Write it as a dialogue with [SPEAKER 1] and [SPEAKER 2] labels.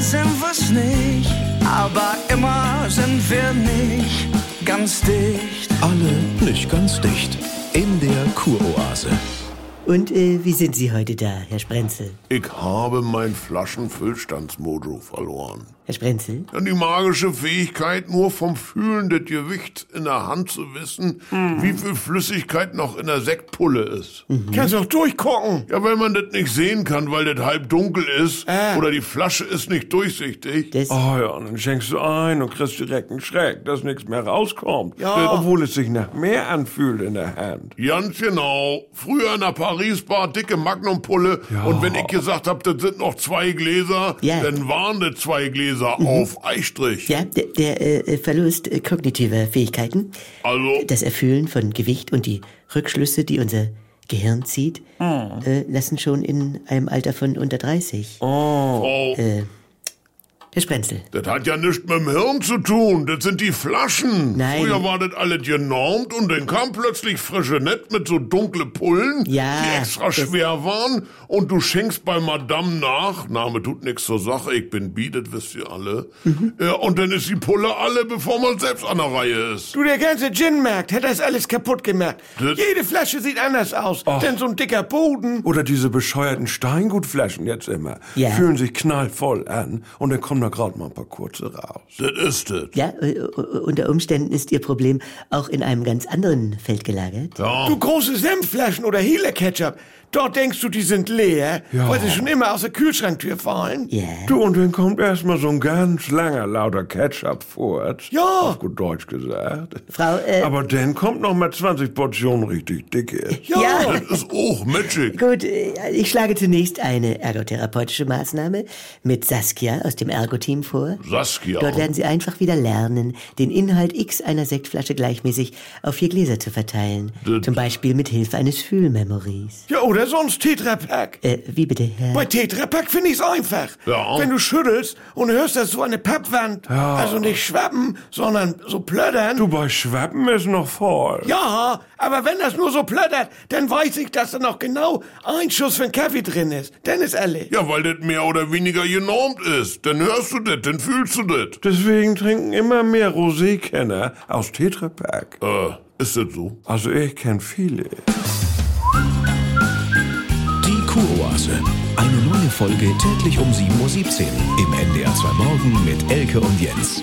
[SPEAKER 1] sind wir's nicht, aber immer sind wir nicht ganz dicht.
[SPEAKER 2] Alle nicht ganz dicht. In der Kuroase.
[SPEAKER 3] Und äh, wie sind Sie heute da, Herr Sprenzel?
[SPEAKER 4] Ich habe mein Flaschenfüllstandsmojo verloren.
[SPEAKER 3] Herr Sprenzel?
[SPEAKER 4] Ja, Die magische Fähigkeit, nur vom Fühlen das Gewicht in der Hand zu wissen,
[SPEAKER 3] Hm.
[SPEAKER 4] wie viel Flüssigkeit noch in der Sektpulle ist.
[SPEAKER 5] Kannst du auch durchgucken.
[SPEAKER 4] Ja, wenn man das nicht sehen kann, weil das halb dunkel ist oder die Flasche ist nicht durchsichtig.
[SPEAKER 3] Ah. Das,
[SPEAKER 5] Oh ja, und dann schenkst du ein und kriegst direkt einen Schreck, dass nichts mehr rauskommt. Ja. Obwohl es sich nach mehr anfühlt in der Hand.
[SPEAKER 4] Ganz genau. Früher in der Paris-Bar dicke Magnumpulle. Und wenn ich gesagt habe, das sind noch zwei Gläser,
[SPEAKER 3] Ja. Mhm.
[SPEAKER 4] dann waren das zwei Gläser auf Eistrich.
[SPEAKER 3] ja, der, der äh, Verlust äh, kognitiver Fähigkeiten,
[SPEAKER 4] Also,
[SPEAKER 3] das Erfüllen von Gewicht und die Rückschlüsse, die unser Gehirn zieht, äh, lassen schon in einem Alter von unter 30.
[SPEAKER 4] Frau,
[SPEAKER 3] Herr Sprenzel,
[SPEAKER 4] das hat ja nichts mit dem Hirn zu tun. Das sind die Flaschen.
[SPEAKER 3] Nein.
[SPEAKER 4] Früher war das alles genormt und dann kam plötzlich frische Nett mit so dunkle Pullen,
[SPEAKER 3] Ja,
[SPEAKER 4] die extra
[SPEAKER 3] das-
[SPEAKER 4] schwer waren. Und du schenkst bei Madame nach. Name tut nichts zur Sache. Ich bin bi, das wisst ihr alle.
[SPEAKER 3] Mhm.
[SPEAKER 4] Ja, und dann ist die Pulle alle, bevor man selbst an der Reihe ist.
[SPEAKER 5] Du, der ganze Gin-Markt hat das alles kaputt gemacht.
[SPEAKER 4] Das-
[SPEAKER 5] Jede Flasche sieht anders aus. Denn so ein dicker Boden. Oder diese bescheuerten Steingutflaschen jetzt immer.
[SPEAKER 3] Ja.
[SPEAKER 5] Fühlen sich knallvoll an und dann kommen da gerade mal ein paar kurze raus.
[SPEAKER 4] Das ist es.
[SPEAKER 3] ja, äh, unter Umständen ist Ihr Problem auch in einem ganz anderen Feld gelagert.
[SPEAKER 5] Du große Senfflaschen oder Hela-Ketchup. Dort denkst du, die sind leer, weil sie schon immer aus der Kühlschranktür fallen.
[SPEAKER 3] Ja.
[SPEAKER 5] Du, und dann kommt erstmal so ein ganz langer, lauter Ketchup-Furz.
[SPEAKER 6] Ja.
[SPEAKER 5] Auf gut Deutsch gesagt.
[SPEAKER 3] Frau, äh,
[SPEAKER 5] Aber dann kommt noch mal 20 Portionen richtig dicke.
[SPEAKER 3] ja.
[SPEAKER 4] Das ist auch magic.
[SPEAKER 3] Gut, äh, ich schlage zunächst eine ergotherapeutische Maßnahme mit Saskia aus dem Ergo-Team vor.
[SPEAKER 4] Saskia.
[SPEAKER 3] Dort werden Sie einfach wieder lernen, den Inhalt X einer Sektflasche gleichmäßig auf vier Gläser zu verteilen. Zum Beispiel mit Hilfe eines Fühlmemories.
[SPEAKER 5] Ja, oder sonst Tetrapack.
[SPEAKER 3] Äh, wie bitte,
[SPEAKER 5] Bei
[SPEAKER 3] Herr?
[SPEAKER 5] Tetrapack finde ich's einfach.
[SPEAKER 4] Ja.
[SPEAKER 5] Wenn du schüttelst und hörst das so eine Pappwand. Also nicht schwappen, sondern so plöddern.
[SPEAKER 6] Du, bei Schwappen ist noch voll.
[SPEAKER 5] Ja, aber wenn das nur so plöddert, dann weiß ich, dass da noch genau ein Schuss für den Kaffee drin ist. Dann ist alle.
[SPEAKER 4] Ja, weil das mehr oder weniger genormt ist. Dann hörst du das, dann fühlst du das.
[SPEAKER 6] Deswegen trinken immer mehr Rosé-Kenner aus Tetrapack.
[SPEAKER 4] Äh, ist das so?
[SPEAKER 6] Also ich kenne viele.
[SPEAKER 2] Die Kuroase. Eine neue Folge täglich um 7.17 Uhr. Im NDR 2 Morgen mit Elke und Jens.